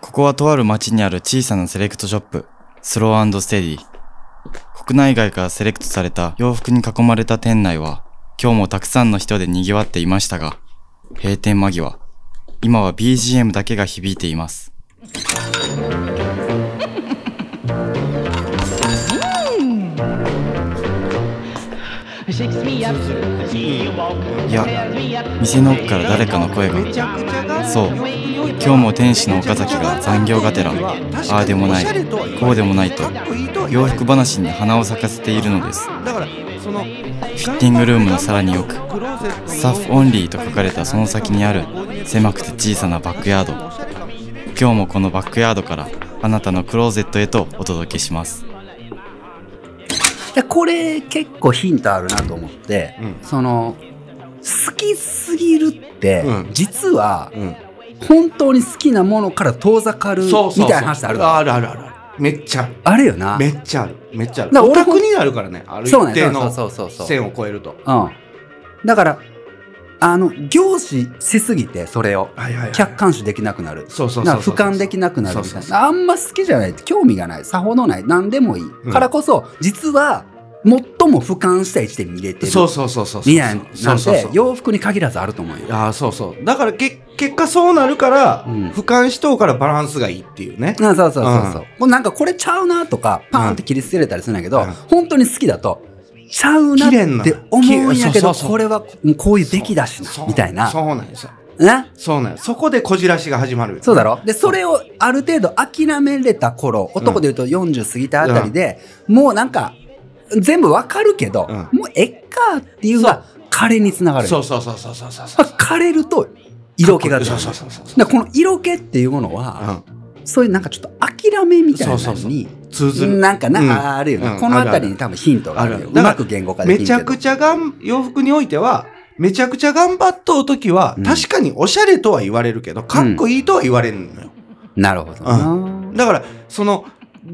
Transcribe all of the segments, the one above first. こはとある町にある小さなセレクトショップ、スローステディ。国内外からセレクトされた洋服に囲まれた店内は、今日もたくさんの人で賑わっていましたが、閉店間際、今は BGM だけが響いています。 Shakes me up, いや、店の奥から誰かの声が。そう、今日も天使の岡崎が残業がてら、ああでもない、こうでもないと、洋服話に花を咲かせているのです。だからそのフフィッティングルームのさらによく、スタッフオンリーと書かれたその先にある狭くて小さなバックヤード今日もこのバックヤードからあなたのクローゼットへとお届けしますでこれ結構ヒントあるなと思って、うんその好きすぎるって、うん実はうん本当に好きなものから遠ざかるみそうそうそうたいな話ってあるあるあるあるめっちゃあるあるよなめっちゃあるめっちゃあだるからオ俺タもクになるからねある一そうなん定やのそうそうそうそう線を超えるとうんだからあの凝視しすぎてそれをはいはいはい客観視できなくなそるうそうそうなんかそう俯瞰できなくなるみそたういそうそうなあんま好きじゃない興味がないさほどない何でもいい、んからこそ実は最も俯瞰した位置で見れてるそうそうそうそうそうみたいなそなうんそうてそう洋服に限らずあると思うよああそうそうだからけ結果そうなるから、うん俯瞰しとうからバランスがいいっていうねあそうそうそううそんう、これなんかこれちゃうなとかパーンって切り捨てれたりするんやけど、うん本当に好きだとちゃうなっ綺麗なて思うんや綺麗けどそうそうそうこれはこういうべきだしなそうみたいなそうなんですよねそうなんですそこでこじらしが始まるよねそうだろでそれをある程度諦めれた頃男で言うと40過ぎたあたりで、もうなんか全部わかるけど、うんもうえっかっていうのが枯れにつながるそうそうそうそうそうそうそまうあ枯れると色気が出るそうそうそうそうそうだからこの色気っていうものは、そういうなんかちょっと諦めみたいなそのうそうにそう通ずるなんかな、うんあるよね、うんこの辺あるありるに多分ヒントがあるよあるあるうまく言語化うん、でめきるちゃくちゃがん洋服においてはめちゃくちゃ頑張っとう時は、うん確かにおしゃれとは言われるけどかっこいいとは言われんのよ、なるほどな、だからその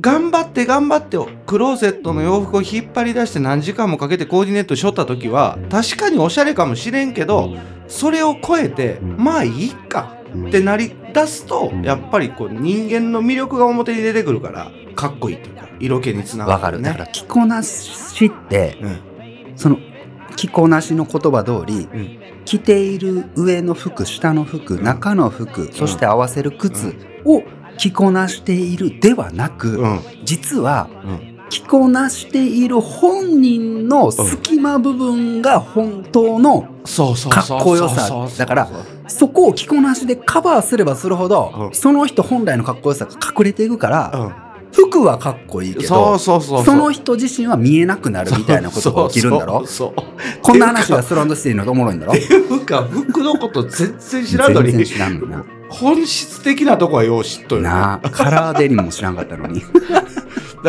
頑張って頑張ってクローゼットの洋服を引っ張り出して何時間もかけてコーディネートしとった時は確かにおしゃれかもしれんけどそれを超えてんまあいいかってなり出すとやっぱりこう人間の魅力が表に出てくるからかっこいいっていうか色気につながわかる、ねだから着こなしってうんその着こなしの言葉通り、ん着ている上の服下の服ん中の服、そして合わせる靴を着こなしているではなく、うん実はうん着こなしている本人の隙間部分が本当のそうそうかそうっこよそうさそうだからそこを着こなしでカバーすればするほど、うんその人本来のかっこよさが隠れていくから、う服はかっこいいけんどそうそうそうその人自身は見えなくなるみたいなことが起きるんだろそうそうそうこんな話がスロンドシティのおもろいんだろっていうか服のこと全然知らんの全然に知らんのな本質的なとこはよう知っとるなあカラーデニムも知らんかったのにだ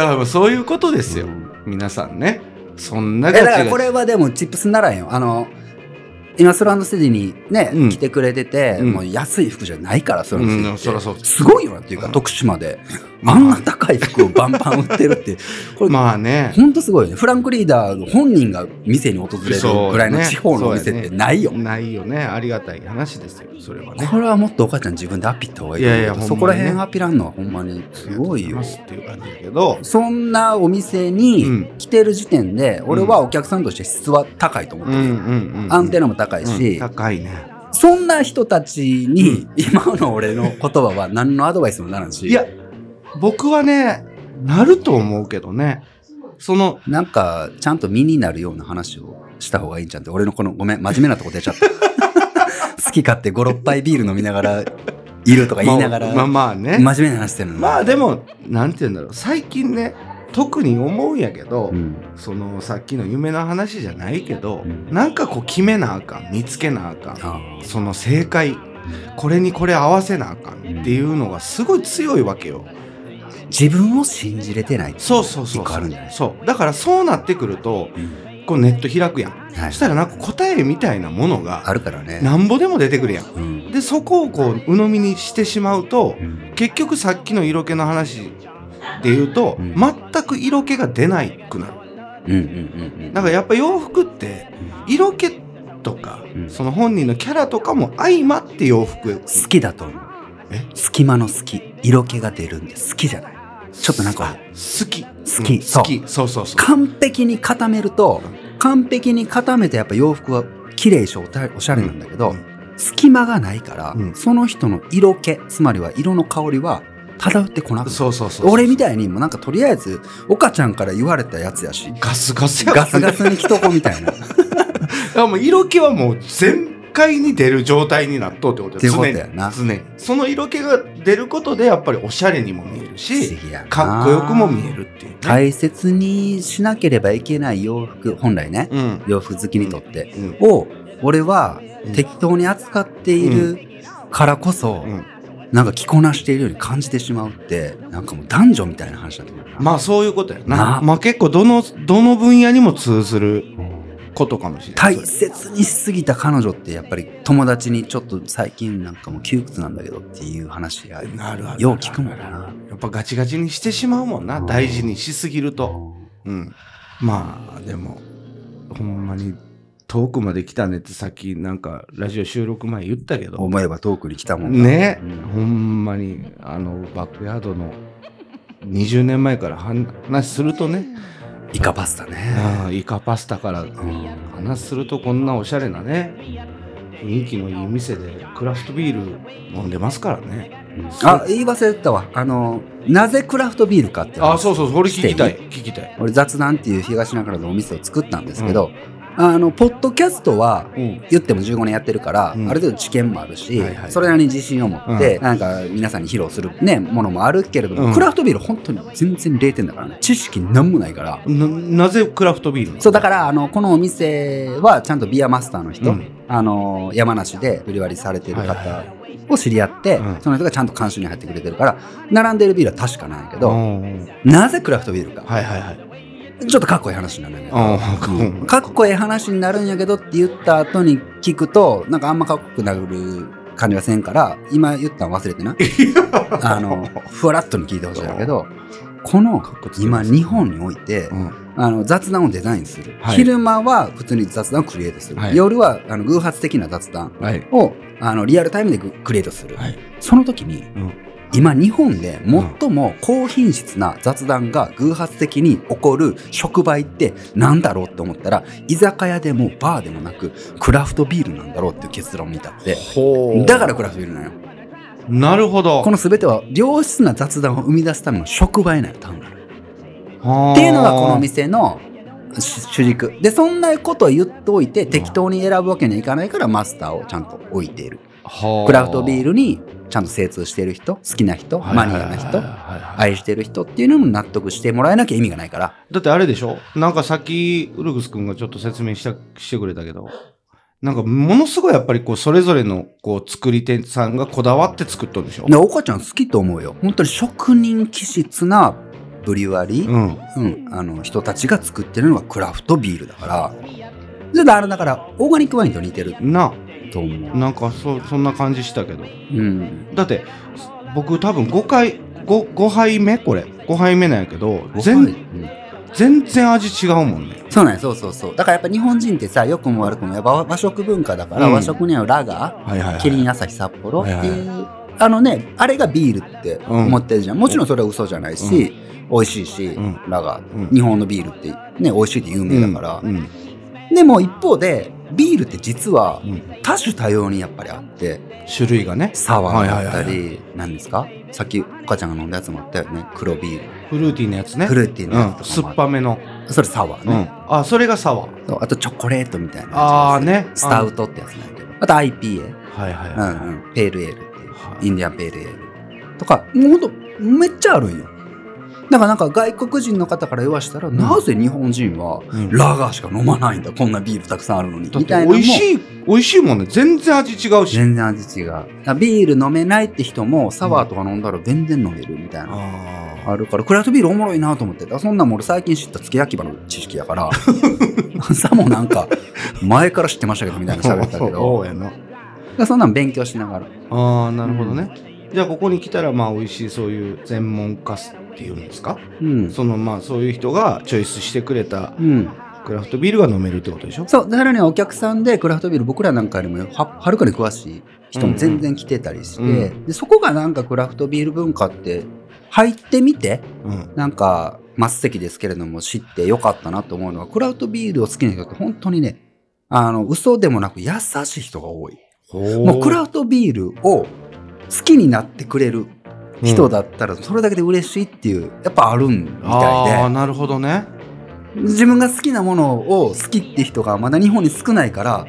からそういうこと ですよ、皆さんねそんなえガチだガチからこれはでもチップスにならんよあの今スロンドシティにね、うん来てくれてて、うんもう安い服じゃないからスロンドシティってうんそらそうすごいよなっていうか、うん徳島であんな高い服をバンバン売ってるってこれまあねほんとすごいよね。フランクリーダーの本人が店に訪れるぐらいの地方のお店ってないよ。ないよねありがたい話ですよそれはねこれはもっとお母ちゃん自分でアピった方がいいと思ういやいやほんまにねそこら辺アピらんのはほんまにすごいよありがとうござますっていう感じだけどそんなお店うにん来てる時点で、俺はお客さんとして質は高いと思っうてんる、うんうんアンテナも高いし、うん高いねそんな人たちに今の俺の言葉は何のアドバイスもならんしいや僕はねなると思うけどねそのなんかちゃんと身になるような話をした方がいいんじゃんって俺のこのごめん真面目なとこ出ちゃっ た好き勝手56杯ビール飲みながらいるとか言いながら、まあまあね真面目な話してるのまあでもなんて言うんだろう最近ね特に思うんやけど、うんそのさっきの夢の話じゃないけど、うんなんかこう決めなあかん見つけなあかんあその正解これにこれ合わせなあかんっていうのがすごい強いわけよ。ー自分を信じれてないっていそうそうそ一う個そあるんうじゃないそうだからそうなってくるとうんこうネット開くやんはそいしたらなんか答えみたいなものあがるからねなんぼでも出てくるやん。うんでそこをこう鵜呑みにしてしまうとうん結局さっきの色気の話で言うとうん全く色気が出ないくなる。うんうんうんだからやっぱ洋服って色気とか、うんその本人のキャラとかも相まって洋服好きだと思うえ隙間の好き色気が出るんで好きじゃないちょっとなんかあ好き好きうんそう好きそうそうそう完璧に固めると完璧に固めてやっぱ洋服は綺麗でしょおたおしゃれなんだけど、うん隙間がないから、うんその人の色気つまりは色の香りは漂ってこなくなるそうそうそう俺みたいにもうなんかとりあえず岡ちゃんから言われたやつやしガスガスやガスガスに着とこみたいなっあもう色気はもう全開に出る状態になっとうってことていうこと常にやな不常にその色気が出ることでやっぱりおしゃれにも見 えるし思議やなかっこよくも見えるっていうね、大切にしなければいけない洋服本来ねうん洋服好きにとってうんを俺はうん適当に扱っているからこそ、うんなんか着こなしているように感じてしまうってなんかもう男女みたいな話だと思うな、まあそういうことやななまあ結構どのどの分野にも通ずることかもしれない大切にしすぎた彼女ってやっぱり友達にちょっと最近なんかもう窮屈なんだけどっていう話やなるあるよう聞くもんなやっぱガチガチにしてしまうもんな大事にしすぎるとうんまあでもほんまに遠くまで来たねってさっきなんかラジオ収録前言ったけど思えば遠くに来たもんだね、うほんんまにあのバックヤードの20年前から話話するとね、イカパスタね、ああイカパスタからうん話するとこんなおしゃれなね雰囲気のいい店でクラフトビール飲んでますからねあ言い忘れてたわあのなぜクラフトビールかってああそうそうそれ聞きたいして聞きたい俺雑談っていう東中野のお店を作ったんですけど、あのポッドキャストはうん言っても15年やってるから、うんある程度知見もあるし、はいはいそれなりに自信を持って、うなんか皆さんに披露する、ね、ものもあるけれども、うんクラフトビール本当に全然0点だからね知識なんもないから。ななぜクラフトビールなのそうだからあのこのお店はちゃんとビアマスターの人、うんあの山梨で売り割りされてるはいは方を知り合って、うんその人がちゃんと監修に入ってくれてるから並んでるビールは確かなんやけうど、んうんなぜクラフトビールか、はいはいはいちょっとかっこいい話になるんやけど、うんかっこええ話になるんやけどって言った後に聞くとなんかあんまかっこよくなる感じがせんから今言ったの忘れ てなあのふわらっとに聞いてほしいんだけどこのかっこつけてま今す日本においてうんあの雑談をデザインする、はい昼間は普通に雑談をクリエイトする、はい夜はあの偶発的な雑談はいをあのリアルタイムでぐクリエイトする、はいその時に、ん今日本で最も高品質な雑談が偶発的に起こる触媒って何だろうって思ったら居酒屋でもバーでもなくクラフトビールなんだろうっていう結論に至ってほうだからクラフトビールなんよなるほどこの全ては良質な雑談を生み出すための触媒なんよ単なっるっていうのがこの店の主主軸でそんなことを言っておいて適当に選ぶわけにはいかないからマスターをちゃんと置いているクラフトビールルにちゃんと精通している人好きな人マニアな人人愛してる人っていうのも納得してもらえなきゃ意味がないからだってあれでしょなんかさっきウルグス君がちょっと説明したしてくれたけどなんかものすごいやっぱりこうそれぞれのこう作り手さんがこだわって作っとるんでしょで岡ちゃん好きと思うよ本当に職人気質なブリュワリー、うんうんあの人たちが作ってるのがクラフトビールだからでだからだからオーガニックワインと似てるなと思う、なんかそそんな感じしたけどうん、だって僕多分5回 5, 5杯目これ5杯目なんやけど全うん全然味違うもんねそうなんやそうそうそうだからやっぱ日本人ってさ良くも悪くもやっぱ和和食文化だから、うん和食にはラガはいはいーキリンアサヒ札幌っはてい、いうはいはいあのねあれがビールって思ってるじゃん、もちろんそれは嘘じゃないし、美味しいし、うんラガーうん日本のビールってね美味しいって有名だから、うんうんでも一方でビールって実はうん多種多様にやっぱりあって種類がねサワーだったはいはいり何ですかさっきお母ちゃんが飲んだやつもあったよね黒ビール、フルーティーなやつねフルーティーのやうん、つとかも酸っぱあめの、それサワーうね、ん、あそれがサワーそうあとチョコレートみたいなやつああねスタウトってやつなんだけどあと IPA、はいはいうんはうん、ペールエールっていうはい、インディアンペールエールとかもうほんとめっちゃあるんよだからなんか外国人の方から言わしたら、なぜ日本人はいうんラガーしか飲まないんだこんなビールたくさんあるのにだみったて美いなの味もしい美味しいもんね全然味違うし全然味違うだからビール飲めないって人もサワーとか飲んだら全然飲めるみたいな、ああるからクラフトビールおもろいなと思ってだからそんなんも俺最近知った付け焼き場の知識や からさもなんか前から知ってましたけどみたいな喋 ったけどうやなだからそんなん勉強しながらああなるほどね、じゃあここに来たらまあ美味しいそういう専門家っていうんですかうんそのまあそういう人がチョイスしてくれたうん、クラフトビールが飲めるってことでしょそう、だからね、お客さんでクラフトビール、僕らなんかよりもははるかに詳しい人も全然来てたりして、うんでそこがなんかクラフトビール文化って入ってみてうんなんか末席ですけれども知ってよかったなと思うのはクラフトビールを好きな人って本当にねあの嘘でもなく優しい人が多い。もうクラフトビールを好きになってくれる人だったらそれだけで嬉しいっていうやっぱあるんみあたあいでなるほどね自分が好きなものを好きって人がまだ日本に少ないから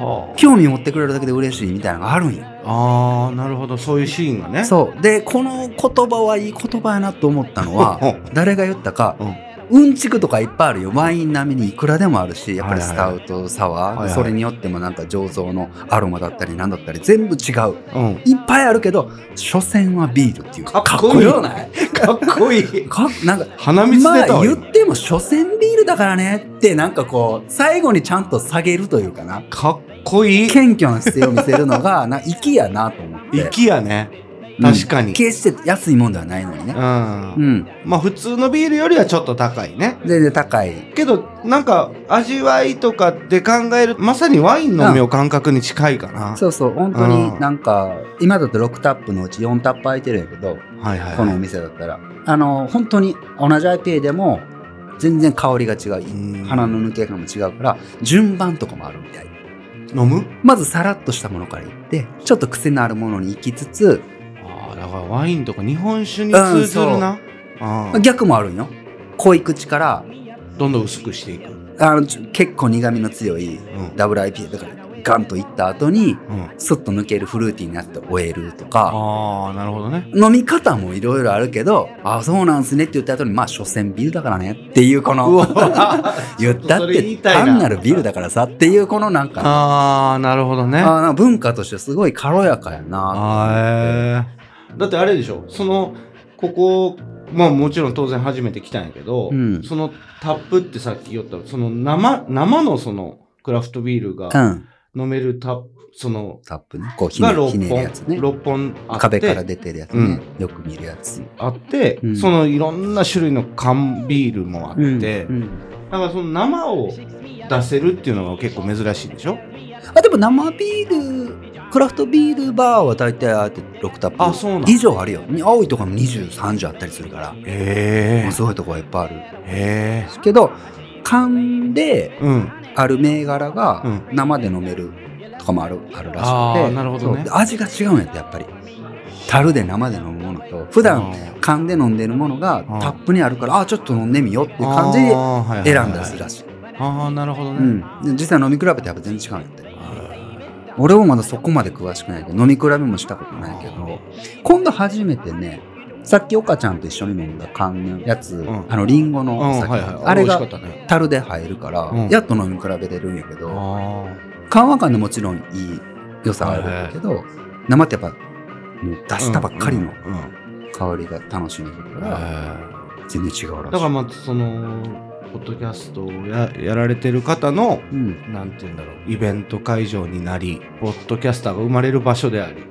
は興味持ってくれるだけで嬉しいみたいなのがあるんよ。ああーなるほどそういうシーンがねそうでこの言葉はいい言葉やなと思ったのは誰が言ったかうんうんちくとかいっぱいあるよワイン並みにいくらでもあるしやっぱりスタウトサワー、はいはいそれによってもなんか醸造のアロマだったりなんだったり全部違ううんいっぱいあるけど所詮はビールっていうかっこいいよないかっこいいかなんか鼻水出たわまあ今言っても所詮ビールだからねってなんかこう最後にちゃんと下げるというかなかっこいい謙虚な姿勢を見せるのがな粋やなと思って息やねうん確かに決して安いもんではないのにねう、ん、うん、まあ普通のビールよりはちょっと高いね全然高いけどなんか味わいとかで考えるまさにワインのみを感覚に近いかな、そうそう本当うにんなんか今だと6タップのうち4タップ空いてるんやけどはいはいこはのおい店だったらあの本当に同じ IPA でも全然香りが違ううん鼻の抜け感も違うから順番とかもあるみたい飲むまずさらっとしたものからいってちょっと癖のあるものに行きつつああだからワインとか日本酒に通ずるな、うん逆もあるんよ濃い口からどんどん薄くしていく、うんあのちょ結構苦みの強いダブル IPA だからガンといった後にうん、スッと抜けるフルーティーになって終えるとかああなるほどね飲み方もいろいろあるけど、ああ、そうなんすねって言った後に、まあ、所詮ビールだからねっていう、こうの、わ言ったそっれ言いてたいな単なるビールだからさっていう、このなんか、ああなるほどねあーなんか文化としてすごい軽やかやな。あーだってあれでしょそのここまあもちろん当然初めて来たんやけど、うんそのタップってさっき言ったその生生のそのクラフトビールうがん。飲めるタップそのタップね。こう、ひねがひね6る本やつね。 6本あって壁から出てるやつね。よく見るやつ。あって、うんそのいろんな種類の缶ビールもあって、うんうんだからその生を出せるっていうのが結構珍しいでしょあ、でも生ビール、クラフトビールバーは大体ああやって6タップ。あそうなん以上あるよ。青いところも20、30あったりするから。えすごいとこはいっぱいある。えですけど缶でうんある銘柄うがん生で飲めるとかもあるあるらしあくーてなるほどねそう味が違うんやってやっぱり樽で生で飲むものと普段缶で飲んでるものがうんタップにあるからあーちょっと飲んでみようっていう感じで選んだりするらしい、ああなるほどね、うん、で実際飲み比べてやっぱ全然違うんやって俺もまだそこまで詳しくないけど飲み比べもしたことないけど今度初めてねさっき岡ちゃんと一緒に飲んだ缶のやつ、んあのリンゴうのんおはい酒、はいあれが美味しかったね樽で入るから、うんやっと飲み比べれるんやけどあ緩和感でもちろんいい良さはあるけど、生ってやっぱもう出あしたばっかりのうんうんうん香りが楽しめるかえら、ー全然違うらしいだからまあそのポッドキャストをややられてる方のうんなんて言うんだろうイベント会場になりポッドキャスターが生まれる場所であり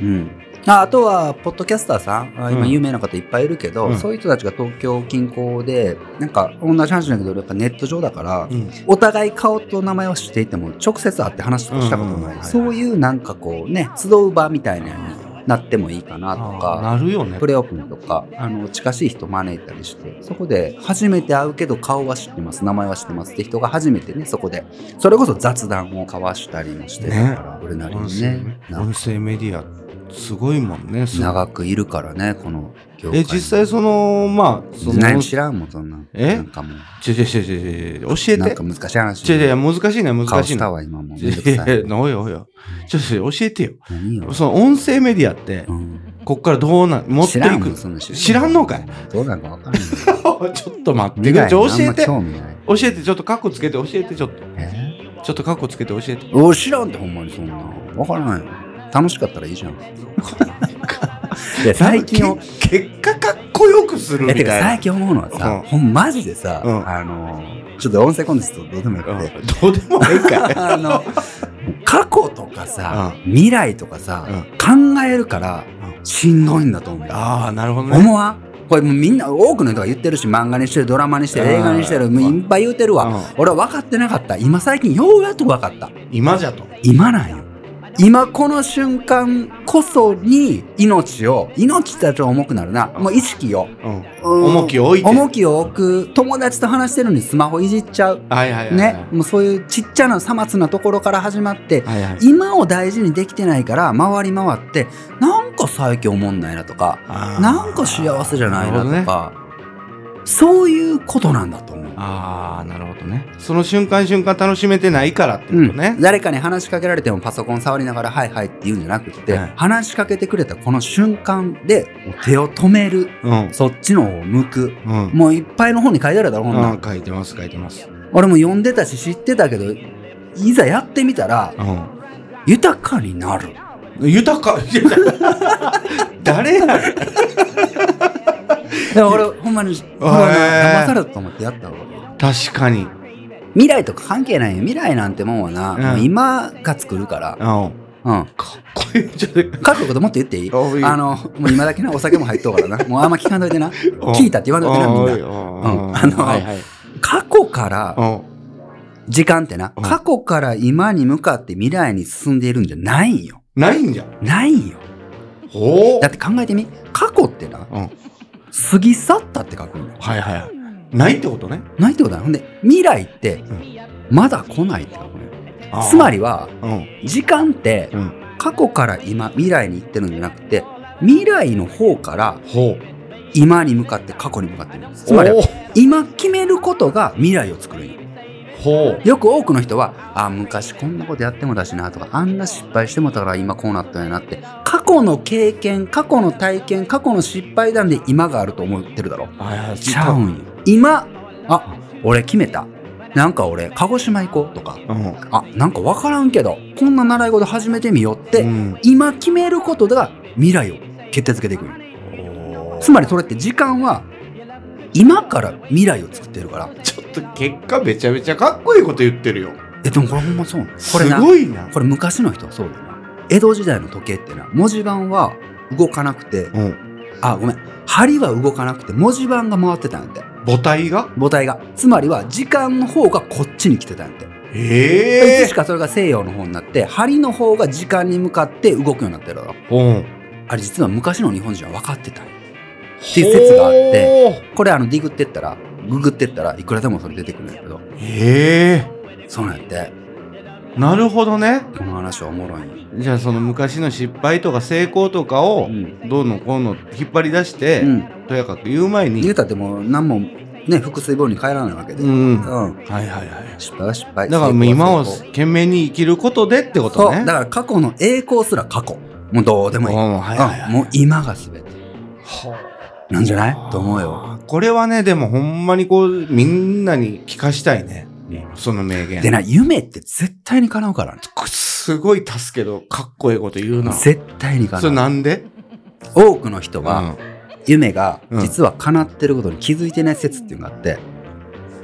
うんああとは、ポッドキャスターさん、あ今うん有名な方いっぱいいるけど、うんそういう人たちが東京近郊で、なんか同じ話だけど、やっぱネット上だから、うんお互い顔と名前を知っていても、直接会って話とかしたことうんうんなはいい、はいそういうなんかこうね、集う場みたいなのになってもいいかなとか、あーなるよねプレオープンとかあの近しい人招いたりしてそこで初めて会うけど顔は知ってます名前は知ってますって人が初めてねそこでそれこそ雑談を交わしたりもしてたから、俺なり音に声ねな音声メディアすごいもんねす長くいるからねこの業界え実際そのまあその何も知らんもんそんなんえなんかもうちょちょちょちょちょ教えなんてか難しい話ちょちょ難しいね顔難しいしねたわ今もういめんどくやさいやい おいおいおいちょちょ教えてよ何よ、その音声メディアってうん、こっからどうなん持って知いらんもくんそんなん知らん知らんのかいどうなんかわ かんないちょっと待ってくれちょ未教来えにあんまて教興味ないえてちょっとカッコつけて教えてちょっとえちょっとカッコつけて教えてお知らんってほんまにそんなんわからない楽しかったらいいじゃんいや 最近なんかけ結果かっこよくするみたえていかな最近思うのはさ、うんほんマジでさ、うんあのちょっと音声コンテンツとどうでもよくて、うんどうでもいいかいあの過去とかさ、未来とかさ、う考えるからうしんどいんだと思う、 ああなるほどね思わんこれもうみんな多くの人が言ってるし漫画にしてるドラマにしてる映画にしてうるんもういっぱい言ってるわ、うん俺は分かってなかった今最近ようやっと分かった今じゃと今なんよ今この瞬間こそに命を命だと重くなるなもう意識をうん、うん重きを置いて重きを置く友達と話してるのにスマホいじっちゃうはいはいはいはいねもうそういうちっちゃなさまつなところから始まってはいはい今を大事にできてないから回り回ってなんか最近思んないなとかあーなんか幸せじゃないなるほどとねかそういうことなんだと思う。ああなるほどねその瞬間瞬間楽しめてないからってことね、うん、誰かに話しかけられてもパソコン触りながら「はいはい」って言うんじゃなくって、はい話しかけてくれたこの瞬間で手を止めるうんそっちの方を向くうんもういっぱいの本に書いてあるだろこんなん、うん書いてます書いてます俺も読んでたし知ってたけどいざやってみたらう豊かになるん豊か 誰やねんいや俺ほんまにほんまに騙されたと思ってやったわ確かに未来とか関係ないよ未来なんてもんはな、うんもう今が作るから、うんうん、かっこいいじゃねかっこいいこともっと言っていいあのもう今だけなお酒も入っとうからなもうあんま聞かんとい てな聞いたって言わんといてなみんなうんあのはいはい過去からうん時間ってなうん過去から今に向かって未来に進んでいるんじゃないんよないんじゃんないんよおおだって考えてみ過去ってなうん過ぎ去ったって書くんよはいはいないってことねないってことだよほんで未来ってまだ来ないって書くんよつまりりはうん時間ってうん過去から今未来に行ってるんじゃなくて未来の方からほう今に向かって過去に向かってるんですつまりおー今決めることが未来を作るんよほうよく多くの人は、あ、昔こんなことやってもだしなとか、あんな失敗してもたから今こうなったんやなって、過去の経験、過去の体験、過去の失敗談で今があると思ってるだろ。はいはいちゃうんよ。今、あ、俺決めた。なんか俺、鹿児島行こうとか、うんあ、なんかわからんけど、こんな習い事始めてみようって、うん今決めることが未来を決定づけていくんよ。つまりそれって時間は、今から未来を作ってるから。ちょっと結果めちゃめちゃかっこいいこと言ってるよえ、でもこれほんまそうなのこすれなごいなこれ昔の人はそうだよな江戸時代の時計ってな文字盤は動かなくてうんあごめん針は動かなくて文字盤が回ってたんやって母体が母体がつまりは時間の方がこっちに来てたんやって、えいつしかそれが西洋の方になって針の方が時間に向かって動くようになってるだろうんあれ実は昔の日本人は分かってたんやていう説があってこれあのディグってったらググってったらいくらでもそれ出てくるんだけどほうえそうなんやってえなるほどねこの話はおもろいんよじゃあその昔の失敗とか成功とかうをん、どうのこうの引っ張り出して、うん、とやかく言う前に言うたってもう何もね腹水棒に帰らないわけで、うんはうん、いはいはい失敗は失敗だからもう今を成功は成功懸命に生きることでってことそうねだから過去の栄光すら過去もうどうでもいい、うんはいはいはうんいもう今が全てなんじゃないと思うよあーこれはねでもほんまにこうみんなに聞かしたいね、うんその名言でな夢って絶対に叶うからねすごい足すけどかっこいいこと言うなそ絶対にれ叶うなんで、多くの人は夢がうん実は叶ってることに気づいてない説っていうのがあって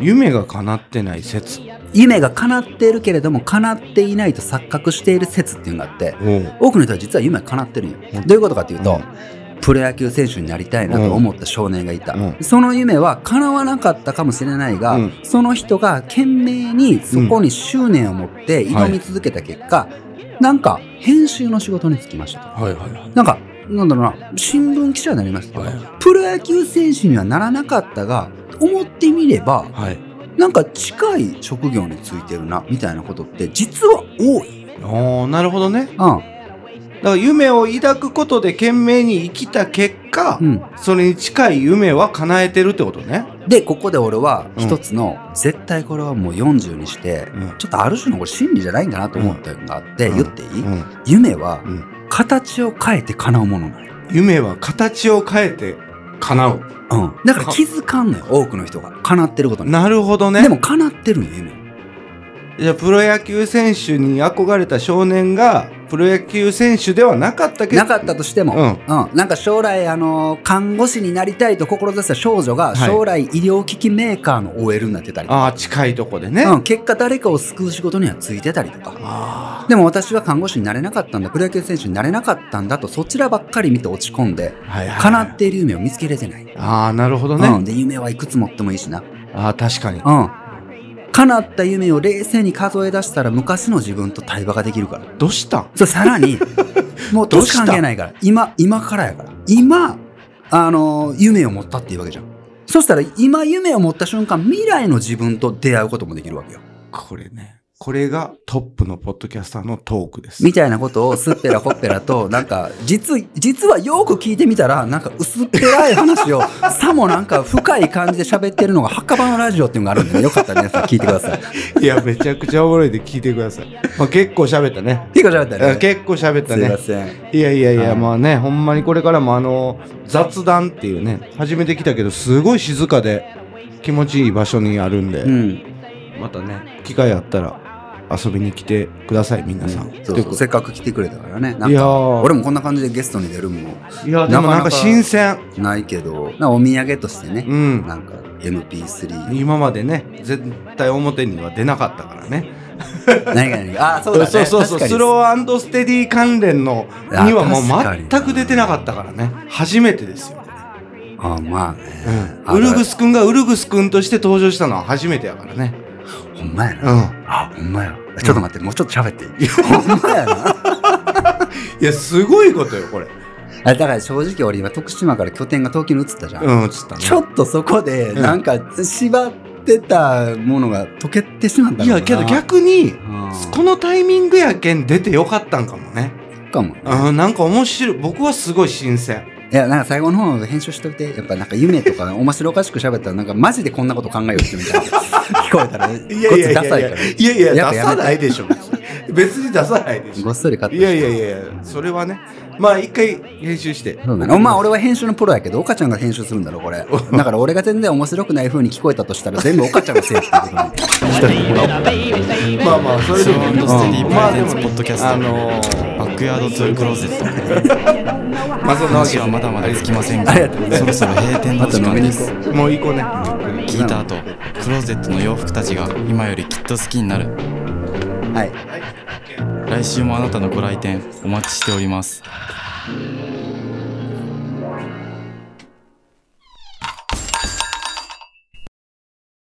夢が叶ってない説夢が叶ってるけれども叶っていないと錯覚している説っていうのがあって多くの人は実は夢は叶ってるんようんどういうことかっていうと、うんプロ野球選手になりたいなと思った少年がいた、うんその夢は叶わなかったかもしれないが、うんその人が懸命にそこに執念を持って挑み続けた結果、なんか編集の仕事に就きましたとはいはいはいなんかなんだろうな新聞記者になりましたとかはいプロ野球選手にはならなかったが思ってみればはいなんか近い職業についてるなみたいなことって実は多い。おーなるほどねうんだから夢を抱くことで懸命に生きた結果、うんそれに近い夢は叶えてるってことね、でここで俺はうん一つの、絶対これはもう40にしてうんちょっとある種のこれ真理じゃないんだなと思ったのがあって、うん言っていい、うん夢はうん、形を変えて叶うものなのよ、夢は形を変えて叶ううん、だから気づかんのよ多くの人が叶ってることに、なるほどねでも叶ってるんよ夢じゃあプロ野球選手に憧れた少年がプロ野球選手ではなかったけどなかったとしても、うんうん、なんか将来、あの看護師になりたいと志した少女がい将来医療機器メーカーの OL になってたりとか、ああ近いとこでね、うん、結果誰かを救う仕事にはついてたりとかあでも私は看護師になれなかったんだ、プロ野球選手になれなかったんだと、そちらばっかり見て落ち込んで、あはいはい叶っている夢を見つけれてない。ああなるほどね、うん、で夢はいくつ持ってもいいしな。ああ確かにうん。叶った夢を冷静に数え出したら昔の自分と対話ができるから。どうしたんそれさ らに、もうどうし年た関係ないから。今、今からやから。今、あのー夢を持ったっていうわけじゃん。そしたら今夢を持った瞬間、未来の自分と出会うこともできるわけよ。これね。これがトップのポッドキャスターのトークです。みたいなことをすっぺらほっぺらと、なんか、実、実はよく聞いてみたら、なんか薄っぺらい話を、 さもなんか深い感じで喋ってるのが、墓場のラジオっていうのがあるんでね、よかったら皆さん聞いてください。いや、めちゃくちゃおもろいで聞いてくだ さい。まあ、結構喋ったね。結構喋ったあね。結構喋ったすいねま。せん。いやいやいや、はいまあね、ほんまにこれからもあの、雑談っていうね、初めて来たけど、すごい静かで気持ちいい場所にあるんで、うん。またね、機会あったら遊びに来てください、皆さん。そうといそううこせっかく来てくれたからね。なんいやか、ー俺もこんな感じでゲストに出るもいや、でもなんなかなかか新鮮。ないけど、なんかお土産としてね、うん。なんか MP3。今までね、絶対表には出なかったからね。何が何が。あ、そうだね。そうそうそう確かにスローステディ関連のにはもうあ確かに全く出てなかったからね初めてですよ、あ、まあね。うんあウルグス君がウルグス君として登場したのは初めてやからねほんまやうな。んあ、ほんまや。ちょっと待って、もうちょっと喋って。 ほんまやな。いやすごいことよこれあだから正直俺今徳島から拠点が東京に移ったじゃん、うん映ったねちょっとそこでうんなんか縛ってたものが溶けてしまったいのかなやけど逆にうんこのタイミングやけん出てよかったんかもね、そっかもねうん、なんか面白い僕はすごい新鮮いやなんか最後の方編集しといてやっぱなんか夢とか面白おかしく喋ったらなんかマジでこんなこと考えようってみたいな 聞こえたらねいやいやいやこっちダサいからいやいややっぱ出やめさないでしょ別に別に出さないでしごょっそりカットいしたやいやいやそれはねまあ一回編集してそうだね、まあ俺は編集のプロやけど岡ちゃんが編集するんだろこ れだから俺が全然面白くない風に聞こえたとしたら全部岡ちゃんのせいってこと にまあまあそれスでローもアンドステディプまあレでゼンもツポッドキャスト、あのバックヤードツールクローゼットまあそんなわけ話ではまだまだつきませんがありがとうござ いそまろすそろ閉店の時間ですまた飲みに行もう行こうね聞いた後クローゼットの洋服たちが今よりきっと好きになるはい来週もあなたのご来店お待ちしております